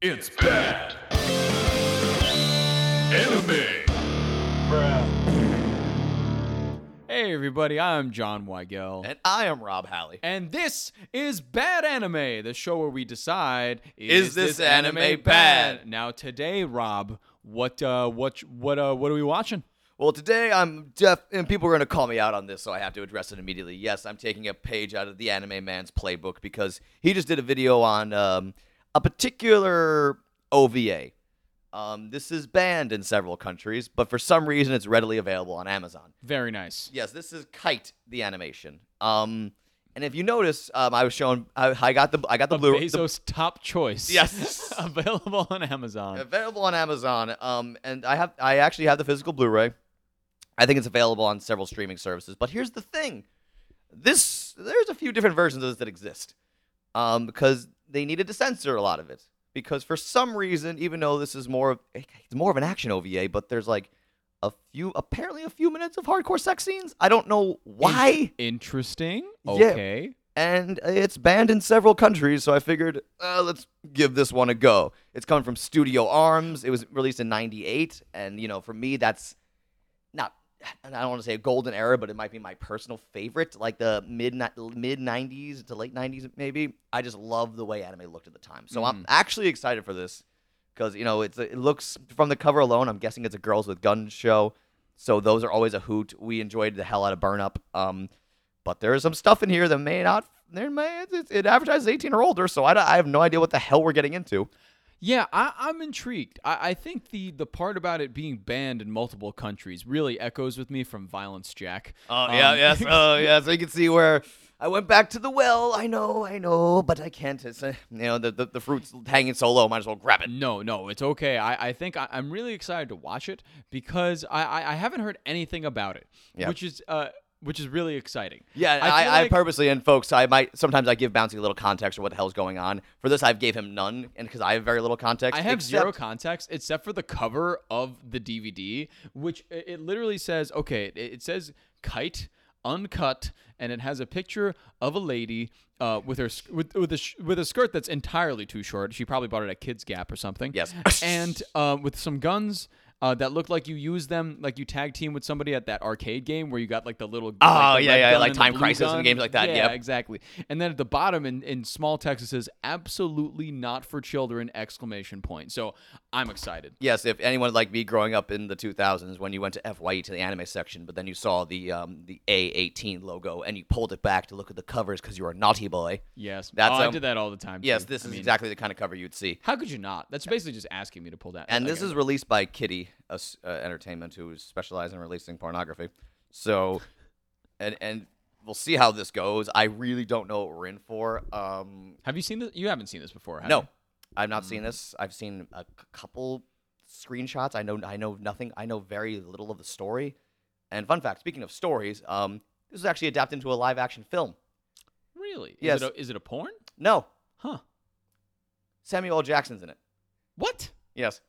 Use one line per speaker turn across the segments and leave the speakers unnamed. It's bad. Enemy.
Hey everybody, I'm John Weigel.
And I am Rob Halley.
And this is Bad Anime, the show where we decide
Is this anime bad?
Now today, Rob, what uh what what uh what are we watching?
Well, today I'm deaf, and people are going to call me out on this, so I have to address it immediately. Yes, I'm taking a page out of the anime man's playbook because he just did a video on um, a particular OVA. Um, this is banned in several countries, but for some reason it's readily available on Amazon.
Very nice.
Yes, this is Kite the animation. Um, and if you notice, um, I was shown I, I got the I got the
A
blue
Bezos top choice.
Yes.
Available on Amazon.
available on Amazon. Um, and I have I actually have the physical Blu-ray. I think it's available on several streaming services. But here's the thing: this there's a few different versions of this that exist, um, because they needed to censor a lot of it. Because for some reason, even though this is more of it's more of an action OVA, but there's like a few apparently a few minutes of hardcore sex scenes. I don't know why
Interesting.
Yeah.
Okay.
and it's banned in several countries. So I figured, uh, let's give this one a go. It's coming from Studio Arms. It was released in '98, and you know, for me, that's not. And I don't want to say a golden era, but it might be my personal favorite, like the mid mid '90s to late '90s, maybe. I just love the way anime looked at the time, so I'm actually excited for this because you know it's it looks from the cover alone. I'm guessing it's a girls with guns show, so those are always a hoot. We enjoyed the hell out of Burn Up. Um, but there is some stuff in here that may not. There may it, it advertises 18 or older, so I, don't- I have no idea what the hell we're getting into.
Yeah, I, I'm intrigued. I, I think the the part about it being banned in multiple countries really echoes with me from Violence Jack. Um,
oh yeah. So you can see where I went back to the well. I know, I know, but I can't. It's, uh, you know, the, the the fruit's hanging so low. Might as well grab it.
No, no, it's okay. I, I think I, I'm really excited to watch it because I, I, I haven't heard anything about it,
Yeah.
which is uh, which is really exciting.
Yeah,
I
I,
feel
I,
like-
purposely and folks, I might sometimes I give Bouncy a little context or what the hell's going on. For this, I've gave him none, and because I have very little context.
I have
except-
zero context except for the cover of the DVD, which i- it literally says, okay, it, it says kite uncut, and it has a picture of a lady uh, with her sk- with with a sh- with a skirt that's entirely too short. She probably bought it at Kids Gap or something.
Yes.
and uh, with some guns. Uh, that looked like you used them, like you tag team with somebody at that arcade game where you got like the little. Oh
Oh, yeah, yeah, like Time Crisis and games like that,
Yeah,
yep.
exactly. And then at the bottom in, in small text it says absolutely not for children exclamation point. So I'm excited.
Yes, if anyone like me growing up in the 2000s, when you went to FYE to the anime section, but then you saw the um, the A18 logo and you pulled it back to look at the covers because you were a naughty boy.
Yes.
That's,
oh, I
um,
did that all the time.
Yes,
too.
this
Mm, I
is
mean,
exactly the kind of cover you'd see.
How could you not? That's basically just asking me to pull that.
And this
again.
is released by Kitty uh, s- uh, Entertainment, who specializes in releasing pornography. So, and and we'll see how this goes. I really don't know what we're in for. Um,
Have you seen this? You haven't seen this before, have
no,
you?
I've
Mm.
not seen this. I've seen a c- couple screenshots. I know I know nothing. I know very little of the story. And fun fact: speaking of stories, um, this was actually adapted into a live-action film.
Really? Is
Yes.
It a, is it a porn?
No,
Huh.
Samuel L. Jackson's in it.
What?
Yes.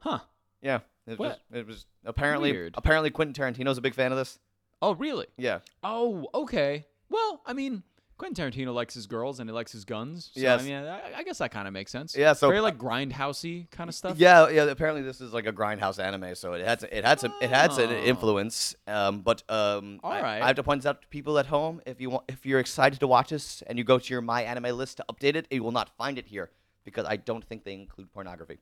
Huh.
Yeah. It was,
What?
it was apparently
Weird.
apparently Quentin Tarantino's a big fan of this.
Oh, really?
Yeah.
Oh, okay. Well, I mean, Quentin Tarantino likes his girls and he likes his guns. So,
Yes.
I mean, I, I guess that kind of makes sense.
Yeah, so-
very like grindhousey kind of stuff.
Yeah, yeah. Apparently, this is like a grindhouse anime, so it had it had some it had some
Oh.
influence. Um, but um,
All
I,
right.
I have to point this out to people at home. If you want, if you're excited to watch this and you go to your My Anime list to update it, you will not find it here because I don't think they include pornography.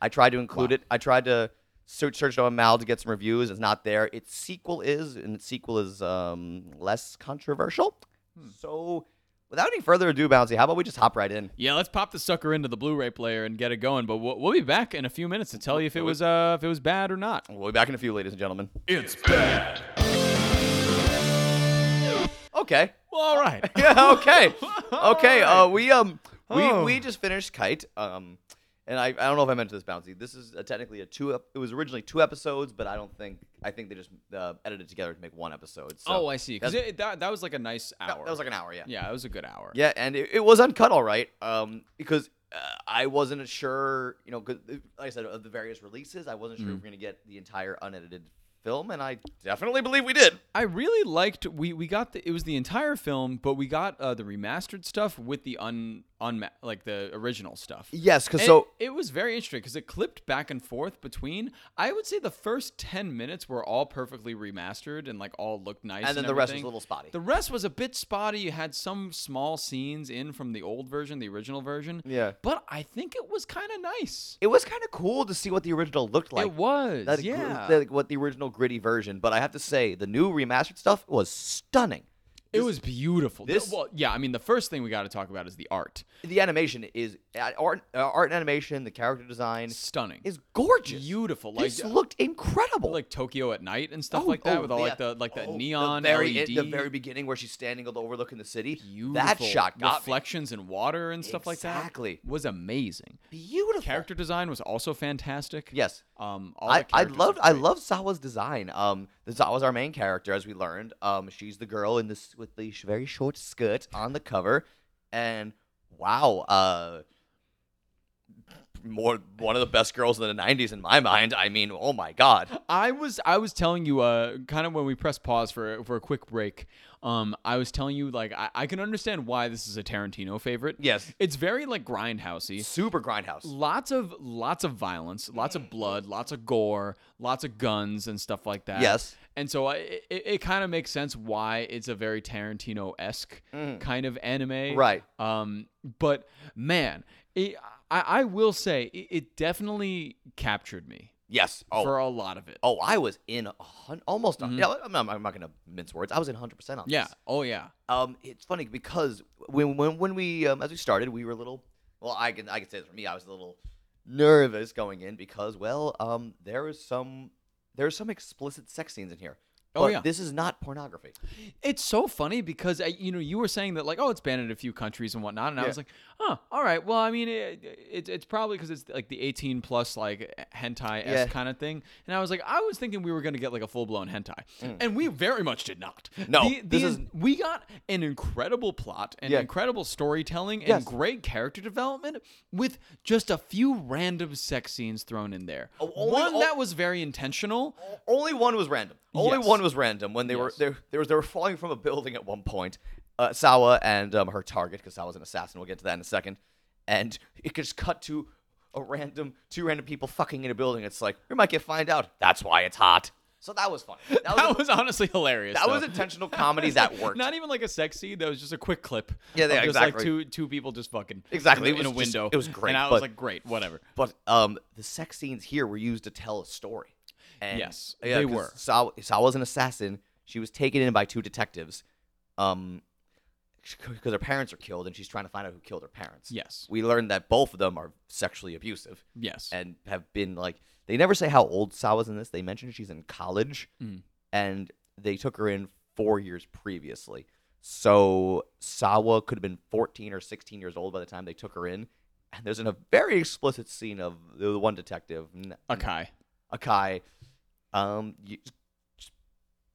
I tried to include it. I tried to search search on Mal to get some reviews. It's not there. Its sequel is, and its sequel is um, less controversial.
Hmm.
So, without any further ado, Bouncy, how about we just hop right in?
Yeah, let's pop the sucker into the Blu-ray player and get it going. But we'll, we'll be back in a few minutes to tell you if it was uh if it was bad or not.
We'll be back in a few, ladies and gentlemen.
It's bad.
Okay.
Well, all right.
yeah, okay. Okay,
Alright.
uh we um we
Oh.
we just finished Kite. Um and I, I don't know if I mentioned this bouncy. This is uh technically a two ep- it was originally two episodes, but I don't think I think they just uh, edited it together to make one episode. So
oh, I see. Because
that's-
that that was like a nice hour.
that was like an hour, yeah.
yeah, it was a good hour.
Yeah, and it, it was uncut, all right. Um, because uh, I wasn't sure, you know, 'cause, uh, like I said, of the various releases, I wasn't sure if we were gonna get the entire unedited film, and I definitely believe we did.
I really liked we we got the it was the entire film, but we got uh, the remastered stuff with the un on like the original stuff.
Yes, because
And
so
it, it was very interesting because it clipped back and forth between. I would say the first ten minutes were all perfectly remastered and like all looked nice,
and
and,
then the rest was
everything.
a little spotty.
The rest was a bit spotty. You had some small scenes in from the old version, the original version.
Yeah.
but I think it was kind of nice.
it was kind of cool to see what the original looked like.
it was,
That, gr-
yeah.
that- what the original gritty version, but I have to say the new remastered stuff was stunning.
it was beautiful. The-
this-
well, yeah. I mean, the first thing we got to talk about is the art.
The animation is uh, art, uh, art and animation. The character design
Stunning.
is gorgeous.
beautiful. Like uh,
this looked incredible.
like Tokyo at night and stuff
Oh,
like that
oh,
with all
yeah.
like the like the
Oh,
neon E
the very,
LED.
the very beginning where she's standing overlooking the city.
beautiful
That shot got me.
reflections in water and stuff like that.
Exactly.
was amazing.
beautiful.
Character design was also fantastic.
Yes.
Um, all
I,
the
I
characters were
loved I
great.
love Sawa's design. Um, the Sawa's our main character, as we learned. Um, she's the girl in this with the sh- very short skirt on the cover, and wow, uh, more one of the best girls in the '90s in my mind. I mean, oh my god,
I was I was telling you uh kind of when we press pause for for a quick break um I was telling you like I, I can understand why this is a Tarantino favorite
Yes.
it's very like grindhousey
super grindhouse.
lots of lots of violence, lots of blood, lots of gore, lots of guns and stuff like that.
Yes.
And so I, it, it kind of makes sense why it's a very Tarantino esque kind of anime,
Right.
Um, but man, it, I, I will say it, it definitely captured me
Yes. Oh,
for a lot of it.
oh, I was in a hun- almost. a- yeah, I'm not, I'm not gonna mince words. I was in 100 percent on
Yeah.
this.
Oh yeah.
Um, it's funny because when when when we um, as we started, we were a little. Well, I can I can say this for me. I was a little nervous going in because well, um, there is some there are some explicit sex scenes in here.
Oh,
but
yeah.
this is not pornography.
It's so funny because uh, you know you were saying that like oh it's banned in a few countries and whatnot, and I
Yeah.
was like, huh, all right. Well, I mean, it, it, it's probably because it's like the eighteen plus like hentai
Yeah.
s kind of thing, and I was like, I was thinking we were gonna get like a full blown hentai, and we very much did not.
Mm. No,
The- the
this is-
in- we got an incredible plot and
Yeah.
incredible storytelling and
Yes.
great character development with just a few random sex scenes thrown in there.
Oh, only-
One
oh-
that was very intentional.
O- Only one was random. Only
Yes.
one was random when they were
Yes.
there. There was they were falling from a building at one point. Uh, Sawa and um, her target, because Sawa's an assassin. We'll get to that in a second. And it could just cut to a random two random people fucking in a building. It's like we might get find out. That's why it's hot. So that was fun. That was, a-
That was honestly hilarious.
Oh, That
though.
was intentional comedy that worked.
Not even like a sex scene. That was just a quick clip.
Yeah, yeah,
of just Like
exactly.
two two people just fucking
Exactly,
in,
it
in
was
a
just-
window.
it was great,
and I was
but-
like, great, whatever.
but um, the sex scenes here were used to tell a story. And,
Yes, they
'cause
were.
Saw, Saw was an assassin. She was taken in by two detectives, um, because her parents are killed, and she's trying to find out who killed her parents.
Yes,
We learned that both of them are sexually abusive
yes,
and have been like. They never say how old Sawa's in this. They mention she's in college,
Mm.
and they took her in four years previously. So Sawa could have been 14 or 16 years old by the time they took her in. And there's an, a very explicit scene of the one detective, N-
okay,
Akai, um, y- just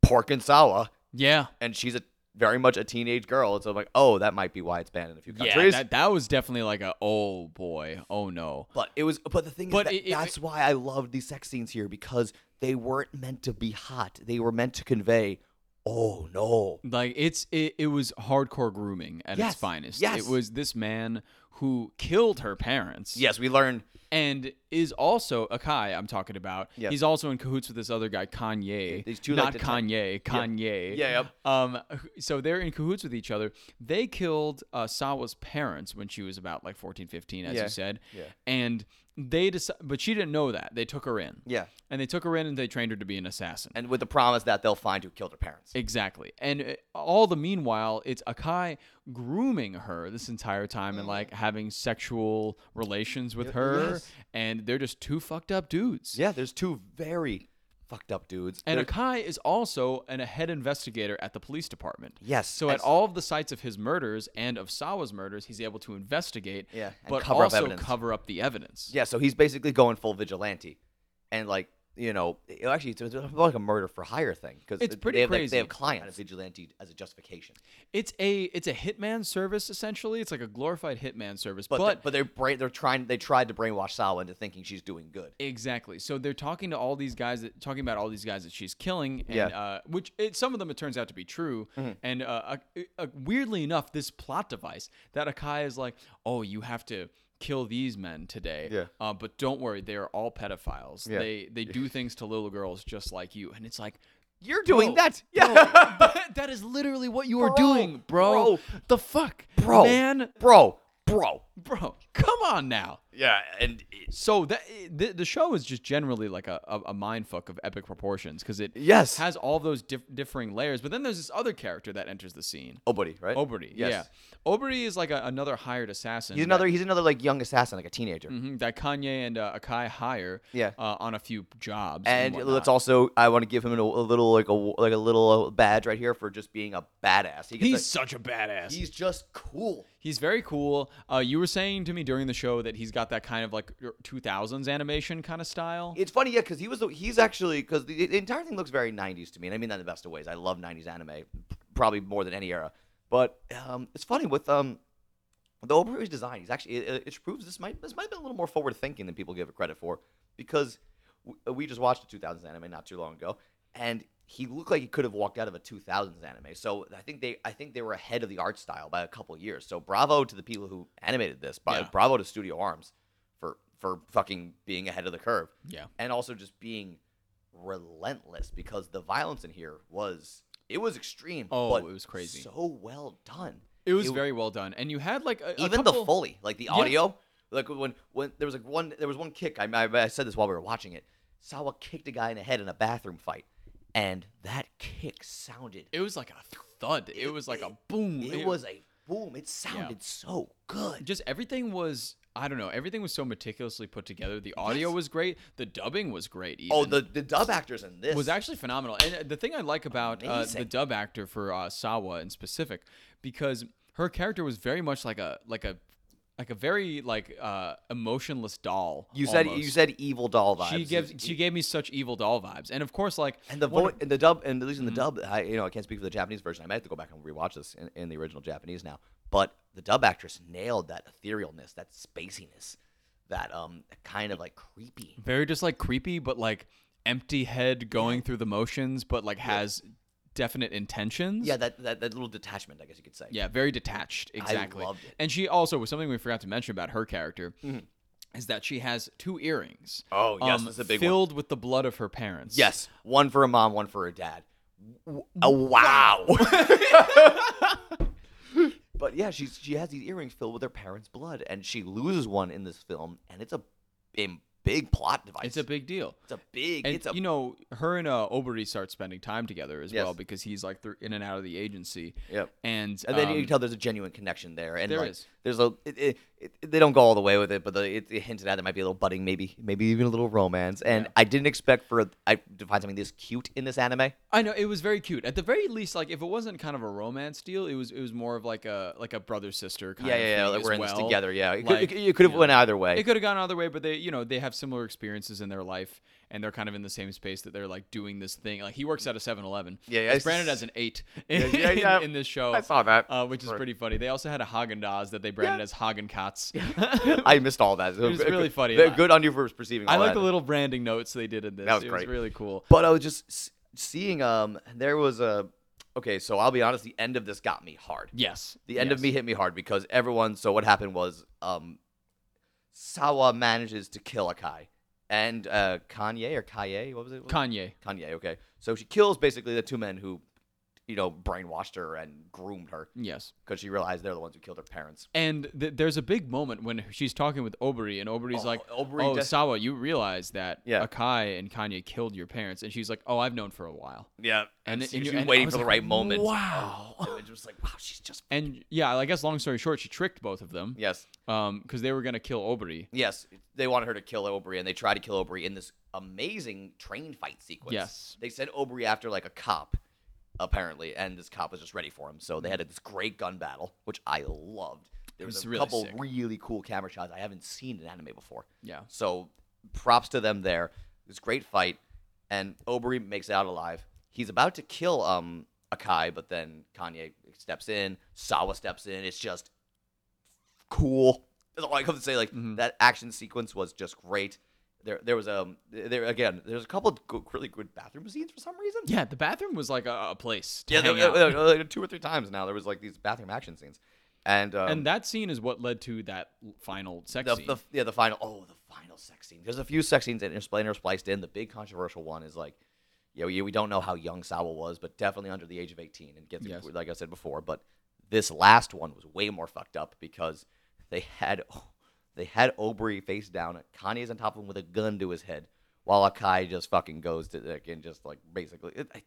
porking Sawa,
yeah,
and she's a very much a teenage girl. So I'm like, oh, that might be why it's banned in a few
yeah.
countries.
That, that was definitely like a oh boy, oh no.
But it was. But the thing
But
is, that,
it- it-
that's why I loved these sex scenes here because they weren't meant to be hot. They were meant to convey, oh no,
Like it's it, it was hardcore grooming at
Yes,
its finest.
yes.
it was this man who killed her parents.
Yes, we learned.
and is also Akai. I'm talking about.
Yes.
He's also in cahoots with this other guy, Kanye.
These two,
not
like,
Kanye, Kanye.
Yeah, yep.
Um, so they're in cahoots with each other. They killed uh, Sawa's parents when she was about like 14, 15, as
Yeah.
you said.
Yeah.
And they decided, but she didn't know that. They took her in.
Yeah,
And they took her in and they trained her to be an assassin.
and with the promise that they'll find who killed her parents.
Exactly. And uh, all the meanwhile, it's Akai grooming her this entire time
Mm-hmm.
and like having sexual relations with her.
yes.
And they're just two fucked up dudes.
Yeah, there's two very fucked up dudes.
And
They're-
Akai is also an, a head investigator at the police department.
yes,
So at
and-
all of the sites of his murders and of Sawa's murders, he's able to investigate,
Yeah, and
but
cover up
also
evidence.
cover up the evidence.
yeah, so he's basically going full vigilante, and like you know, it- actually, it's, it's like a murder for hire thing because
It's pretty
they have, like,
crazy.
they have client vigilante as a justification,
It's a it's a hitman service essentially. It's like a glorified hitman service,
but
but,
but, they're brain, they're trying they tried to brainwash Sawa into thinking she's doing good.
Exactly. So they're talking to all these guys that talking about all these guys that she's killing, and
Yeah. Mm-hmm.
uh, which it, some of them it turns out to be true. And uh, a, a, weirdly enough, this plot device that Akai is like, oh, you have to kill these men today.
Yeah.
Uh, but don't worry, they are all pedophiles.
Yeah.
They they do things to little girls just like you, and it's like.
You're doing
bro,
that,
bro,
yeah,
that- that is literally what you are
Bro,
doing, bro.
bro.
The fuck,
bro,
man,
bro, bro,
bro. Come on now.
yeah, and it-
So that the, the show is just generally like a, a, a mind fuck of epic proportions because it
Yes.
has all those dif- differing layers. But then there's this other character that enters the scene,
Obody, right?
Oberty.
yes.
Yeah, Oberty is like a, another hired assassin.
He's another. He's another like young assassin, like a teenager.
that, mhm, that Kanye and uh, Akai hire.
Yeah.
Uh, on a few jobs.
And
whatnot.
let's also, I want to give him a, a little like a like a little uh, badge right here for just being a badass. He gets
He's
a-
such a badass.
he's just cool.
He's very cool. Uh, you were saying to me during the show that he's got that kind of like 2000s animation kind of style.
It's funny, yeah, because he was the, he's actually because the, the entire thing looks very '90s to me, and I mean that in the best of ways. I love '90s anime, probably more than any era. But um, it's funny with um, the Oberui's design. He's actually it, it proves this might this might have been a little more forward thinking than people give it credit for, because w- uh, we just watched a 2000s anime not too long ago, and he looked like he could have walked out of a 2000s anime. So I think they I think they were ahead of the art style by a couple years. So bravo to the people who animated this. By
Yeah.
bravo to Studio Arms for for fucking being ahead of the curve
yeah.
and also just being relentless because the violence in here was it was extreme.
Oh,
but
it was crazy.
So well done.
It was
It-
very well done. And you had like a, a
Even
couple-
the foley, like the audio, like when when there was like one there was one kick. I, I I said this while we were watching it. Sawa kicked a guy in the head in a bathroom fight, and that kick sounded.
It was like a thud. It, was like a boom.
It, was a boom. It sounded so good.
just everything was. I don't know. Everything was so meticulously put together. The audio was great. The dubbing was great. Even.
Oh, the the dub actors in this
was actually phenomenal. And uh, the thing I like about uh, the
Amazing.
dub actor for uh, Sawa in specific, because her character was very much like a like a like a very like uh, emotionless doll.
You said you
almost.
said evil doll vibes.
she gives she gave me such evil doll vibes. And of course, like
And the
one
voice,
of-
and the dub, and at least in the
Mm-hmm.
dub, I you know I can't speak for the Japanese version. I might have to go back and rewatch this in, in the original Japanese now. But the dub actress nailed that etherealness, that spaciness, that um kind of like creepy.
very just like creepy but like empty head going through the motions but like has definite intentions
Yeah, that, that that little detachment, I guess you could say.
yeah very detached exactly
loved it. Mm-hmm.
and she also was something we forgot to mention about her character is that she has two earrings
Oh, yes,
Um,
that's a big one.
filled with the blood of her parents
Yes, one for a mom, one for a dad. W- Oh, wow. but yeah, she's she has these earrings filled with her parents' blood, and she loses one in this film, and it's a big, big plot device.
it's a big deal
it's a big.
and
it's a
you know her and uh, Oberty start spending time together as
Yes.
well because he's like through in and out of the agency
Yep.
and
And then you
um,
can tell there's a genuine connection there, and
there
like,
is.
there's a it, it, it, they don't go all the way with it, but the, it, it hinted at there might be a little budding, maybe maybe even a little romance. And I didn't expect for I to find something this cute in this anime.
I know it was very cute. At the very least, like if it wasn't kind of a romance deal, it was it was more of like a like a brother sister kind
Yeah,
of
yeah, yeah.
thing
Like
as
we're in this
well.
together. Yeah,
Like,
it could, it, could have
you know,
went either way.
It could have gone either way, but they you know they have similar experiences in their life, and they're kind of in the same space that they're like doing this thing. Like he works at a 7-Eleven.
Yeah, yeah,
It's
it's-
branded as an eight in,
yeah, yeah.
in this show.
I saw that.
uh, which is pretty funny. They also had a Hagen Dazs that they branded as Hagen Katz.
I missed all that. It
was really funny.
Good on you for perceiving.
I
all
like
that.
the little branding notes they did in this.
That was
it
great.
was really cool.
But I was just s- seeing. Um, there was a. Okay, so I'll be honest. The end of this got me hard.
Yes,
The end of
yes.
me hit me hard because everyone. So what happened was, um, Sawa manages to kill Akai and uh, Kanye or Kaye. What was it?
Kanye.
Kanye. Okay, so she kills basically the two men who, you know, brainwashed her and groomed her
Yes.
because she realized they're the ones who killed her parents.
And th- there's a big moment when she's talking with Obery, and Obery's
Oh,
like,
Obery
"Oh,
de-
Sawa, you realize that
Yeah.
Akai and Kanye killed your parents?" And she's like, "Oh, I've known for a while."
Yeah,
And
and,
it-
she-
and you-
she's
and I
waiting
was
for the
like,
right moment.
wow.
Oh, it was like wow, she's just
And yeah, I guess long story short, she tricked both of them.
yes.
Um, because they were gonna kill Obery.
Yes, they wanted her to kill Obrey, and they tried to kill Obrey in this amazing train fight sequence.
Yes.
they sent Obrey after like a cop, apparently, and this cop was just ready for him. So they had this great gun battle, which I loved. There was,
was
a
really
couple
sick.
really cool camera shots I haven't seen in anime before.
Yeah.
So props to them there. This great fight, and Obery makes it out alive. He's about to kill um Akai, but then Kanye steps in. Sawa steps in. It's just cool. That's all I come to say. Like
Mm-hmm.
that action sequence was just great. There, there was um, there again. There's a couple of go- really good bathroom scenes for some reason.
Yeah, the bathroom was like a, a place. To
Yeah,
hang
there-
out.
there- there- like, two or three times now there was like these bathroom action scenes, and um,
and that scene is what led to that final sex
the,
scene.
the yeah the final oh the final sex scene. There's a few sex scenes that Intersplinter spliced in. The big controversial one is like, yeah, we, we don't know how young Sawa was, but definitely under the age of 18 and gets
Yes.
like I said before. But this last one was way more fucked up because they had they had Obrey face down. Kanye's on top of him with a gun to his head, while Akai just fucking goes to like, and just like basically it, I,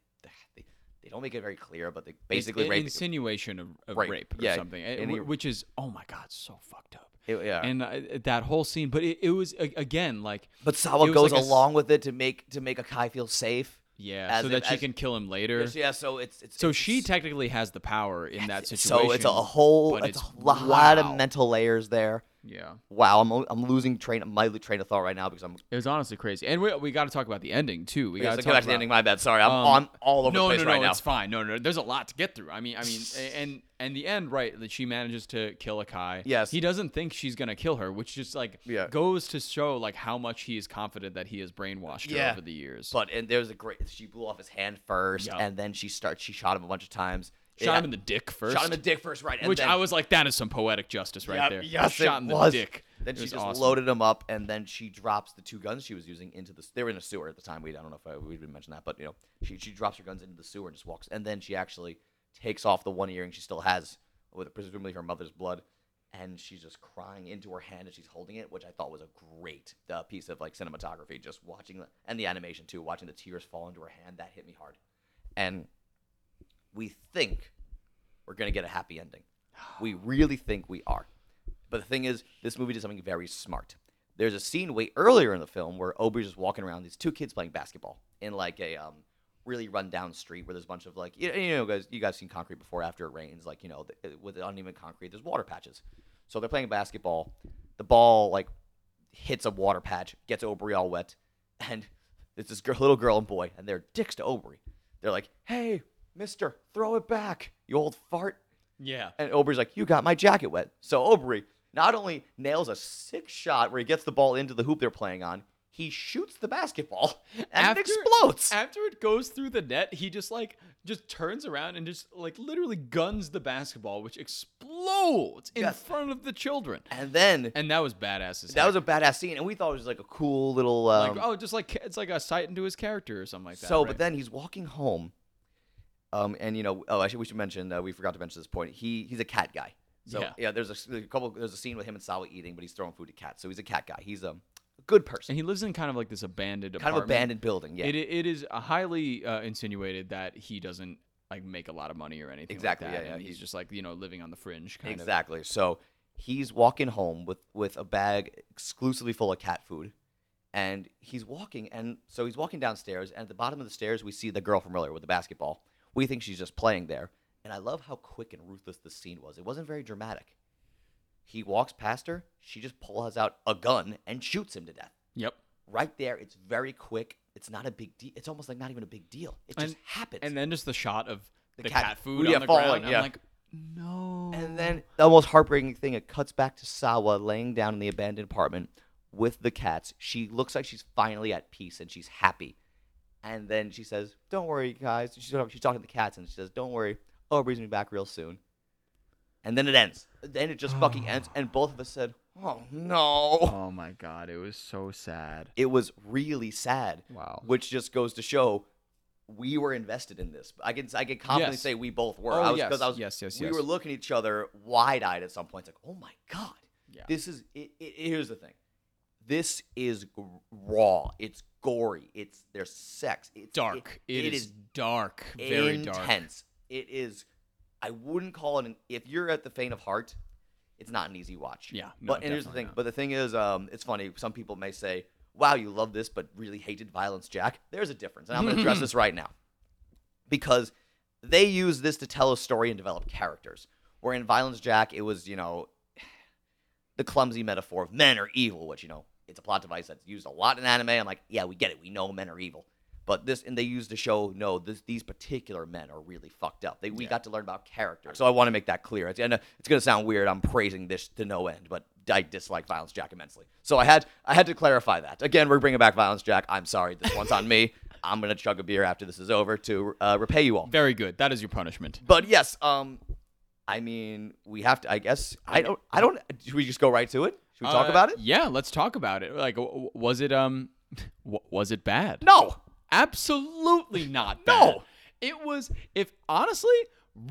they, they don't make it very clear, but they
It's
basically
an
rape.
insinuation of, of rape.
Rape.
or
Yeah,
something, eh,
and he-
wh- which is oh my god, so fucked up.
It- yeah.
And uh, that whole scene, but it, it was a- again like
but
it
Sawa
was
goes
like a s-
along with it to make to make Akai feel safe.
yeah,
as
so
if-
that she
as-
can kill him later.
Yes, Yeah, so it's it's
so
it's-
she technically has the power in that
it's-
situation.
So it's a whole
but
it's
it's-
a lot
wow.
of mental layers there.
yeah.
Wow, I'm I'm losing train my train of thought right now because I'm
It was honestly crazy, and we, we got to talk about the ending too. We got
Let's
to
go
talk
back to
about
the ending. My bad. Sorry, I'm
Um,
on all over
no,
the place
no, no,
right now.
it's fine. No, no, no, there's a lot to get through. I mean, I mean, a- and and the end, right? That she manages to kill Akai.
Yes.
he doesn't think she's gonna kill her, which just like
Yeah.
goes to show like how much he is confident that he has brainwashed her
Yeah.
over the years.
But and there's a great. She blew off his hand first,
Yeah.
and then she starts. She shot him a bunch of times.
shot
Yeah,
him in the dick first.
Shot him in the dick first, right? And
which
then,
I was like, that is some poetic justice right
Yeah,
there.
Yes,
shot
it
in the
was.
dick.
Then
It
she
was
just
awesome.
loaded him up, and then she drops the two guns she was using into the. They were in a sewer at the time. We I don't know if I, we didn't mention that, but you know, she she drops her guns into the sewer and just walks. And then she actually takes off the one earring she still has with presumably her mother's blood, and she's just crying into her hand as she's holding it, which I thought was a great uh, piece of like cinematography. Just watching the, and the animation too, watching the tears fall into her hand that hit me hard, and we think we're going to get a happy ending. We really think we are. But the thing is, this movie did something very smart. There's a scene way earlier in the film where Obi's just walking around, these two kids playing basketball in like a um, really run down street where there's a bunch of like, you, you know, guys, you guys seen concrete before after it rains, like, you know, th- with uneven concrete, there's water patches. So they're playing basketball. The ball, like, hits a water patch, gets Obery all wet, and it's this girl, little girl and boy, and they're dicks to Obery. They're like, "Hey, Mister, throw it back, you old fart!"
Yeah.
And Obery's like, "You got my jacket wet." So Obery not only nails a sick shot where he gets the ball into the hoop they're playing on, he shoots the basketball and it explodes.
After it goes through the net, he just like just turns around and just like literally guns the basketball, which explodes in
Yes.
front of the children.
and then
And that was badass as
that
heck.
was a badass scene, and we thought it was like a cool little. Um,
like oh, just like ca- it's like a sight into his character or something like that.
So,
right?
but then he's walking home, um, and you know, oh, actually, we should mention uh, we forgot to mention this point. He he's a cat guy. So
Yeah.
yeah, there's a, s- there's a couple. There's a scene with him and Sawa eating, but he's throwing food to cats. So he's a cat guy. He's um, a good person.
and he lives in kind of like this abandoned
kind of
apartment.
abandoned building. Yeah,
It it is uh, highly uh, insinuated that he doesn't like make a lot of money or anything. like
Exactly,
that,
yeah, yeah,
and
he-
he's just like you know living on the fringe kind of.
exactly. So he's walking home with with a bag exclusively full of cat food, and he's walking, and so he's walking downstairs, and at the bottom of the stairs we see the girl from earlier with the basketball. We think she's just playing there, and I love how quick and ruthless the scene was. It wasn't very dramatic. He walks past her, she just pulls out a gun and shoots him to death.
Yep.
Right there, it's very quick. It's not a big deal. It's almost like not even a big deal. It just
And-
happens.
And then just the shot of the,
The
cat,
cat-
food
yeah,
on the
falling,
ground.
yeah.
I'm like, no.
And then the most heartbreaking thing, it cuts back to Sawa laying down in the abandoned apartment with the cats. She looks like she's finally at peace and she's happy. And then she says, Don't worry, guys. She's, talk- she's talking to the cats and she says, Don't worry. Aubrey's gonna be back real soon. And then it ends. Then it just fucking ends. And both of us said, Oh no.
oh my god, it was so sad.
It was really sad.
Wow.
Which just goes to show we were invested in this. I can I can confidently
Yes.
say we both were.
Oh,
I was,
yes,
'cause I was,
yes, yes,
We
yes.
were looking at each other wide eyed at some points, like, oh my god,
Yeah.
this is. It, it, here's the thing, this is g- raw. It's gory. It's there's sex. It's
Dark. it is, dark. Very dark.
intense. It is. I wouldn't call it an. If you're at the faint of heart, it's not an easy watch.
Yeah, no,
but and here's the
definitely
thing.
not.
But the thing is, um, it's funny. Some people may say, "Wow, you love this, but really hated Violence Jack." There's a difference, and I'm going to address this right now, because they use this to tell a story and develop characters. Where in Violence Jack, it was you know the clumsy metaphor of men are evil, which you know it's a plot device that's used a lot in anime. I'm like, yeah, we get it. We know men are evil. But this, and they used to show, no, this, these particular men are really fucked up. They, we got to learn about character. So I want to make that clear. It's, and uh, it's going to sound weird. I'm praising this to no end, but I dislike Violence Jack immensely. So I had, I had to clarify that. Again, we're bringing back Violence Jack. I'm sorry. This one's on me. I'm going to chug a beer after this is over to uh, repay you all.
Very good. That is your punishment.
But yes, um, I mean, we have to. I guess I don't. I don't. Should we just go right to it? Should we talk
Uh,
about it?
Yeah, let's talk about it. Like, w- w- was it um, w- was it bad?
No.
absolutely not.
No.
bad. it was. If honestly,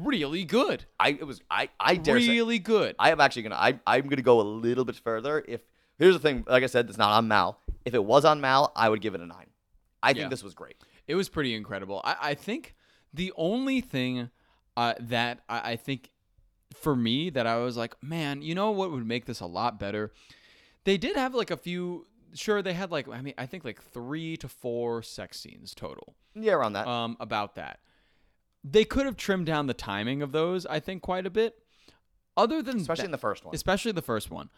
really good.
I it was. I I dare say.
Really good.
I am actually gonna. I I'm gonna go a little bit further. If here's the thing, like I said, it's not on Mal. If it was on Mal, I would give it a nine. I think
Yeah.
this was great.
It was pretty incredible. I, I think the only thing uh, that I, I think for me that I was like, man, you know what would make this a lot better? They did have like a few. Sure, they had like I mean I think like three to four sex scenes total.
Yeah, around that.
um, about that. They could have trimmed down the timing of those, I think, quite a bit. Other than
Especially
tha-
in the first one.
especially the first one.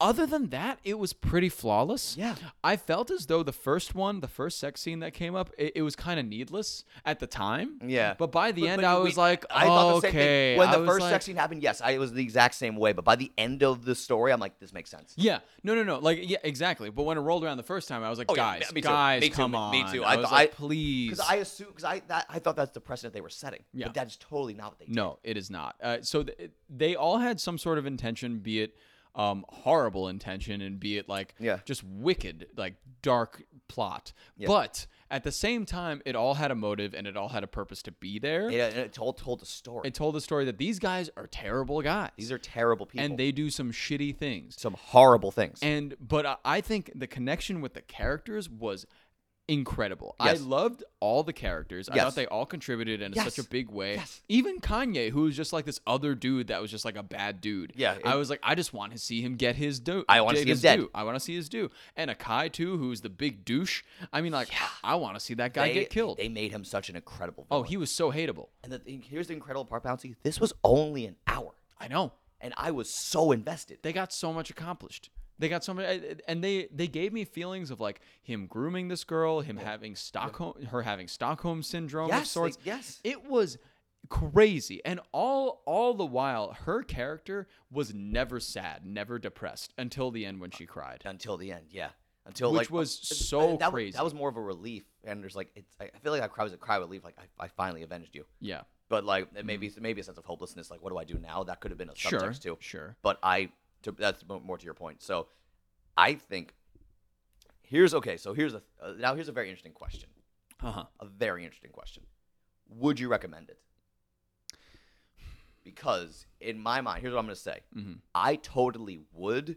Other than that, it was pretty flawless.
Yeah.
I felt as though the first one, the first sex scene that came up, it, it was kind of needless at the time.
Yeah.
But by the
But-
end,
but
I
we-
was like,
I thought the same
okay.
thing. When
I
the
was
first
like-
sex scene happened, yes, I, it was the exact same way. But by the end of the story, I'm like, this makes sense.
Yeah. No, no, no. Like, yeah, exactly. But when it rolled around the first time, I was like,
Oh, yeah,
guys,
me too.
guys,
Me too.
come on.
Me too.
I,
I
was
thought-
like,
I-
please.
Because I assume, because I that, I thought that's the precedent they were setting.
Yeah.
But that is totally not what they did.
No, it is not. Uh, so th- it- they all had some sort of intention, be it um, horrible intention and be it like
Yeah.
just wicked, like dark plot. But at the same time, it all had a motive and it all had a purpose to be there.
It, it told told the story.
It told the story that these guys are terrible guys
These are terrible people.
and they do some shitty things.
some horrible things.
And but I- I think the connection with the characters was incredible.
Yes.
I loved all the characters. I
Yes.
thought they all contributed in such
Yes.
a big way.
Yes.
Even Kanye, who was just like this other dude that was just like a bad dude.
Yeah, it-
I was like, I just want to see him get his do.
I wanna see him
his
dead.
due. I want to see his due. And Akai too, who's the big douche. I mean, like, I, want to see that guy
they,
get killed.
They made him such an incredible.
oh,
Villain.
he was so hateable.
and the thing, here's the incredible part, Bouncy. This was only an hour,
I know.
and I was so invested.
they got so much accomplished. They got so much, eh, and they they gave me feelings of like him grooming this girl, him having Stockholm, her having Stockholm syndrome of
yes, they-
sorts.
yes.
It was crazy, and all all the while, her character was never sad, never depressed until the end when she cried.
Until the end, yeah. Until
Which
like
was
uh,
so
that,
crazy.
That was more of a relief, and there's like it's, I I feel like I cry was a cry relief. Like I, I finally avenged you,
Yeah,
but like it maybe maybe a sense of hopelessness. Like what do I do now? That could have been a
Mm-hmm. sure,
subtext too.
sure.
but I to, that's mo- more to your point. So I think here's okay. So here's a uh, now here's a very interesting question.
Uh huh.
A very interesting question. Would you recommend it? Because in my mind, here's what I'm going to say.
hmm
I totally would,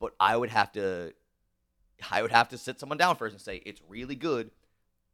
but I would have to I would have to sit someone down first and say it's really good,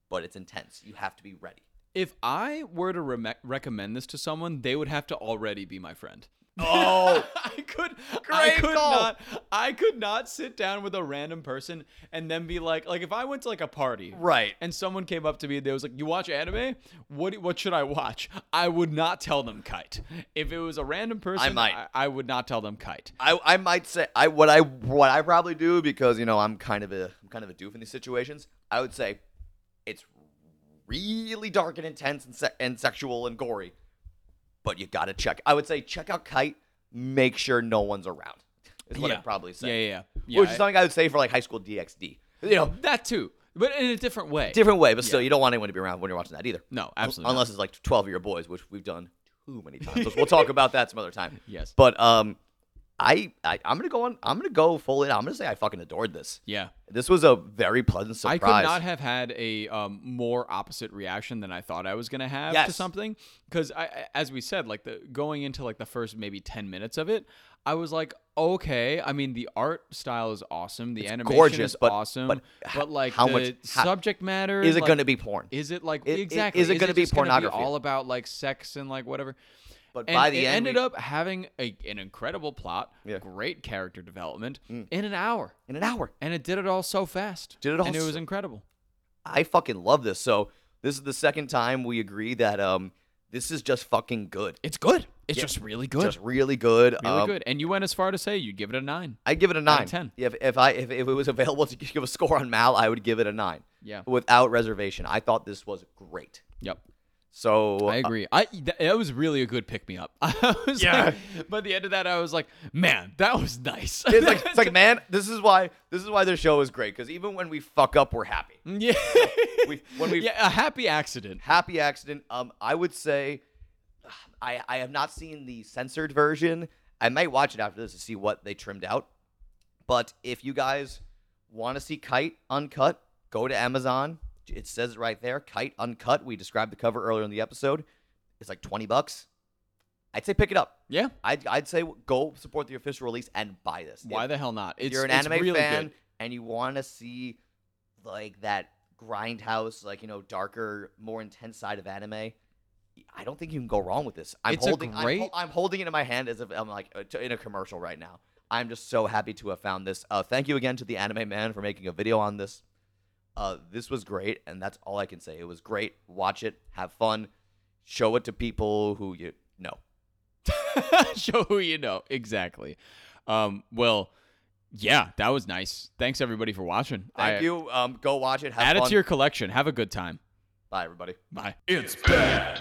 but it's intense. You have to be ready.
If I were to reme- recommend this to someone, they would have to already be my friend.
Oh,
I could I
Great
could
call.
not I could not sit down with a random person and then be like like if I went to like a party
right.
and someone came up to me and they was like you watch anime what what should I watch I would not tell them kite if it was a random person
might.
I, I would not tell them kite
I, I might say I what I what I probably do because you know I'm kind of a I'm kind of a doof in these situations. I would say it's really dark and intense and se- and sexual and gory, but you gotta check. I would say check out Kite. Make sure no one's around. Is what
yeah.
I'd probably say.
yeah yeah yeah,
Which
I-
is something I would say for like high school DxD. You know,
that too but in a different way
different way, but still you don't want anyone to be around when you're watching that either.
no
Un-
absolutely
Unless it's like 12 year boys, which we've done too many times. Which we'll talk about that some other time.
Yes.
But um, I, I I'm gonna go on. I'm gonna go full in. I'm gonna say I fucking adored this.
not. yeah
This was a very pleasant surprise.
I could not have had a um, more opposite reaction than I thought I was going to have to
Yes.
something because I, I- as we said, like the going into like the first maybe ten minutes of it, I was like, okay. I mean, the art style is awesome, the animation
gorgeous,
is
but-
awesome,
but
but like
how
the
much- how-
subject matter
Is it
like,
gonna be porn?
Is it like
I- i-
exactly?
is it gonna be
just gonna
pornography?
all about like sex and like whatever.
But
And
by the
it
end,
ended
we-
up having a, an incredible plot,
Yeah.
great character development in an hour,
in an hour.
and it did it all so fast.
Did it all
and it
so-
was incredible.
I fucking love this. So this is the second time we agree that um, this is just fucking good.
It's good. It's
Yeah.
just really good.
Just really good.
really
um,
good. And you went as far to say you'd give it a nine.
I give it a
of
nine.
10.
If if I if, if it was available to give a score on Mal, I would give it a nine.
Yeah.
Without reservation, I thought this was great.
Yep.
So uh,
I agree. I that, that was really a good pick me up. I was
Yeah.
like, by the end of that, I was like, man, that was nice.
It's like it's like man, this is why this is why their show is great because even when we fuck up, we're happy.
yeah.
We, when we
yeah, a happy accident.
happy accident. Um, I would say, I I have not seen the censored version. I might watch it after this to see what they trimmed out. But if you guys want to see Kite uncut, go to Amazon. It says it right there, Kite uncut. We described the cover earlier in the episode. It's like twenty bucks. I'd say pick it up.
Yeah.
I'd, I'd say go support the official release and buy this.
Why
If-
the hell not? It's,
you're an
it's
anime
really
fan
good.
and you want to see like that grindhouse, like you know, darker, more intense side of anime. I don't think you can go wrong with this. I'm
It's a
holding, I'm hol-
great-
I'm, holding it in my hand as if I'm like uh, t- in a commercial right now. I'm just so happy to have found this. Uh, thank you again to the anime man for making a video on this. Uh, this was great, and that's all I can say. It was great. Watch it, have fun, show it to people who you know.
Show who you know. Exactly. Um, well, yeah, that was nice. Thanks everybody for watching.
Thank
I-
you. Um, go watch it. Have
Add it
fun.
to your collection. Have a good time.
Bye, everybody.
Bye.
It's bad.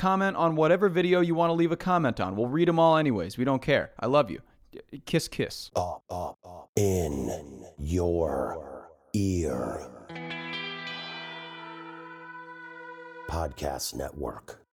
comment on whatever video you want to leave a comment on. We'll read them all anyways. We don't care. I love you. Kiss, kiss.
up, up, up in your ear. Podcast Network.